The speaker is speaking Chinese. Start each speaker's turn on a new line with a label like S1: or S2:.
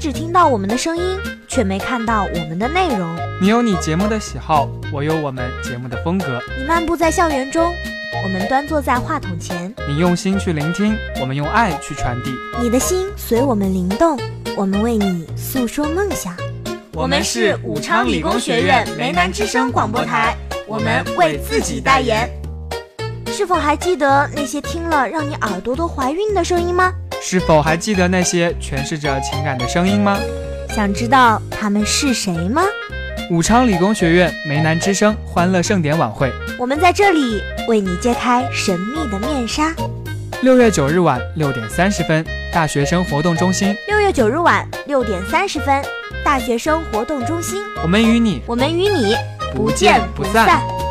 S1: 只听到我们的声音，却没看到我们的内容。
S2: 你有你节目的喜好，我有我们节目的风格。
S1: 你漫步在校园中，我们端坐在话筒前。
S2: 你用心去聆听，我们用爱去传递。
S1: 你的心随我们灵动，我们为你诉说梦想。
S3: 我们是武昌理工学院梅南之声广播台，我们为自己代言。
S1: 是否还记得那些听了让你耳朵都怀孕的声音吗？
S2: 是否还记得那些诠释着情感的声音吗？
S1: 想知道他们是谁吗？
S2: 武昌理工学院梅南之声欢乐盛典晚会，
S1: 我们在这里为你揭开神秘的面纱。
S2: 六月九日晚六点三十分，大学生活动中心。
S1: 六月九日晚六点三十分，大学生活动中心，
S2: 我们与你
S1: 我们与你
S2: 不见不散。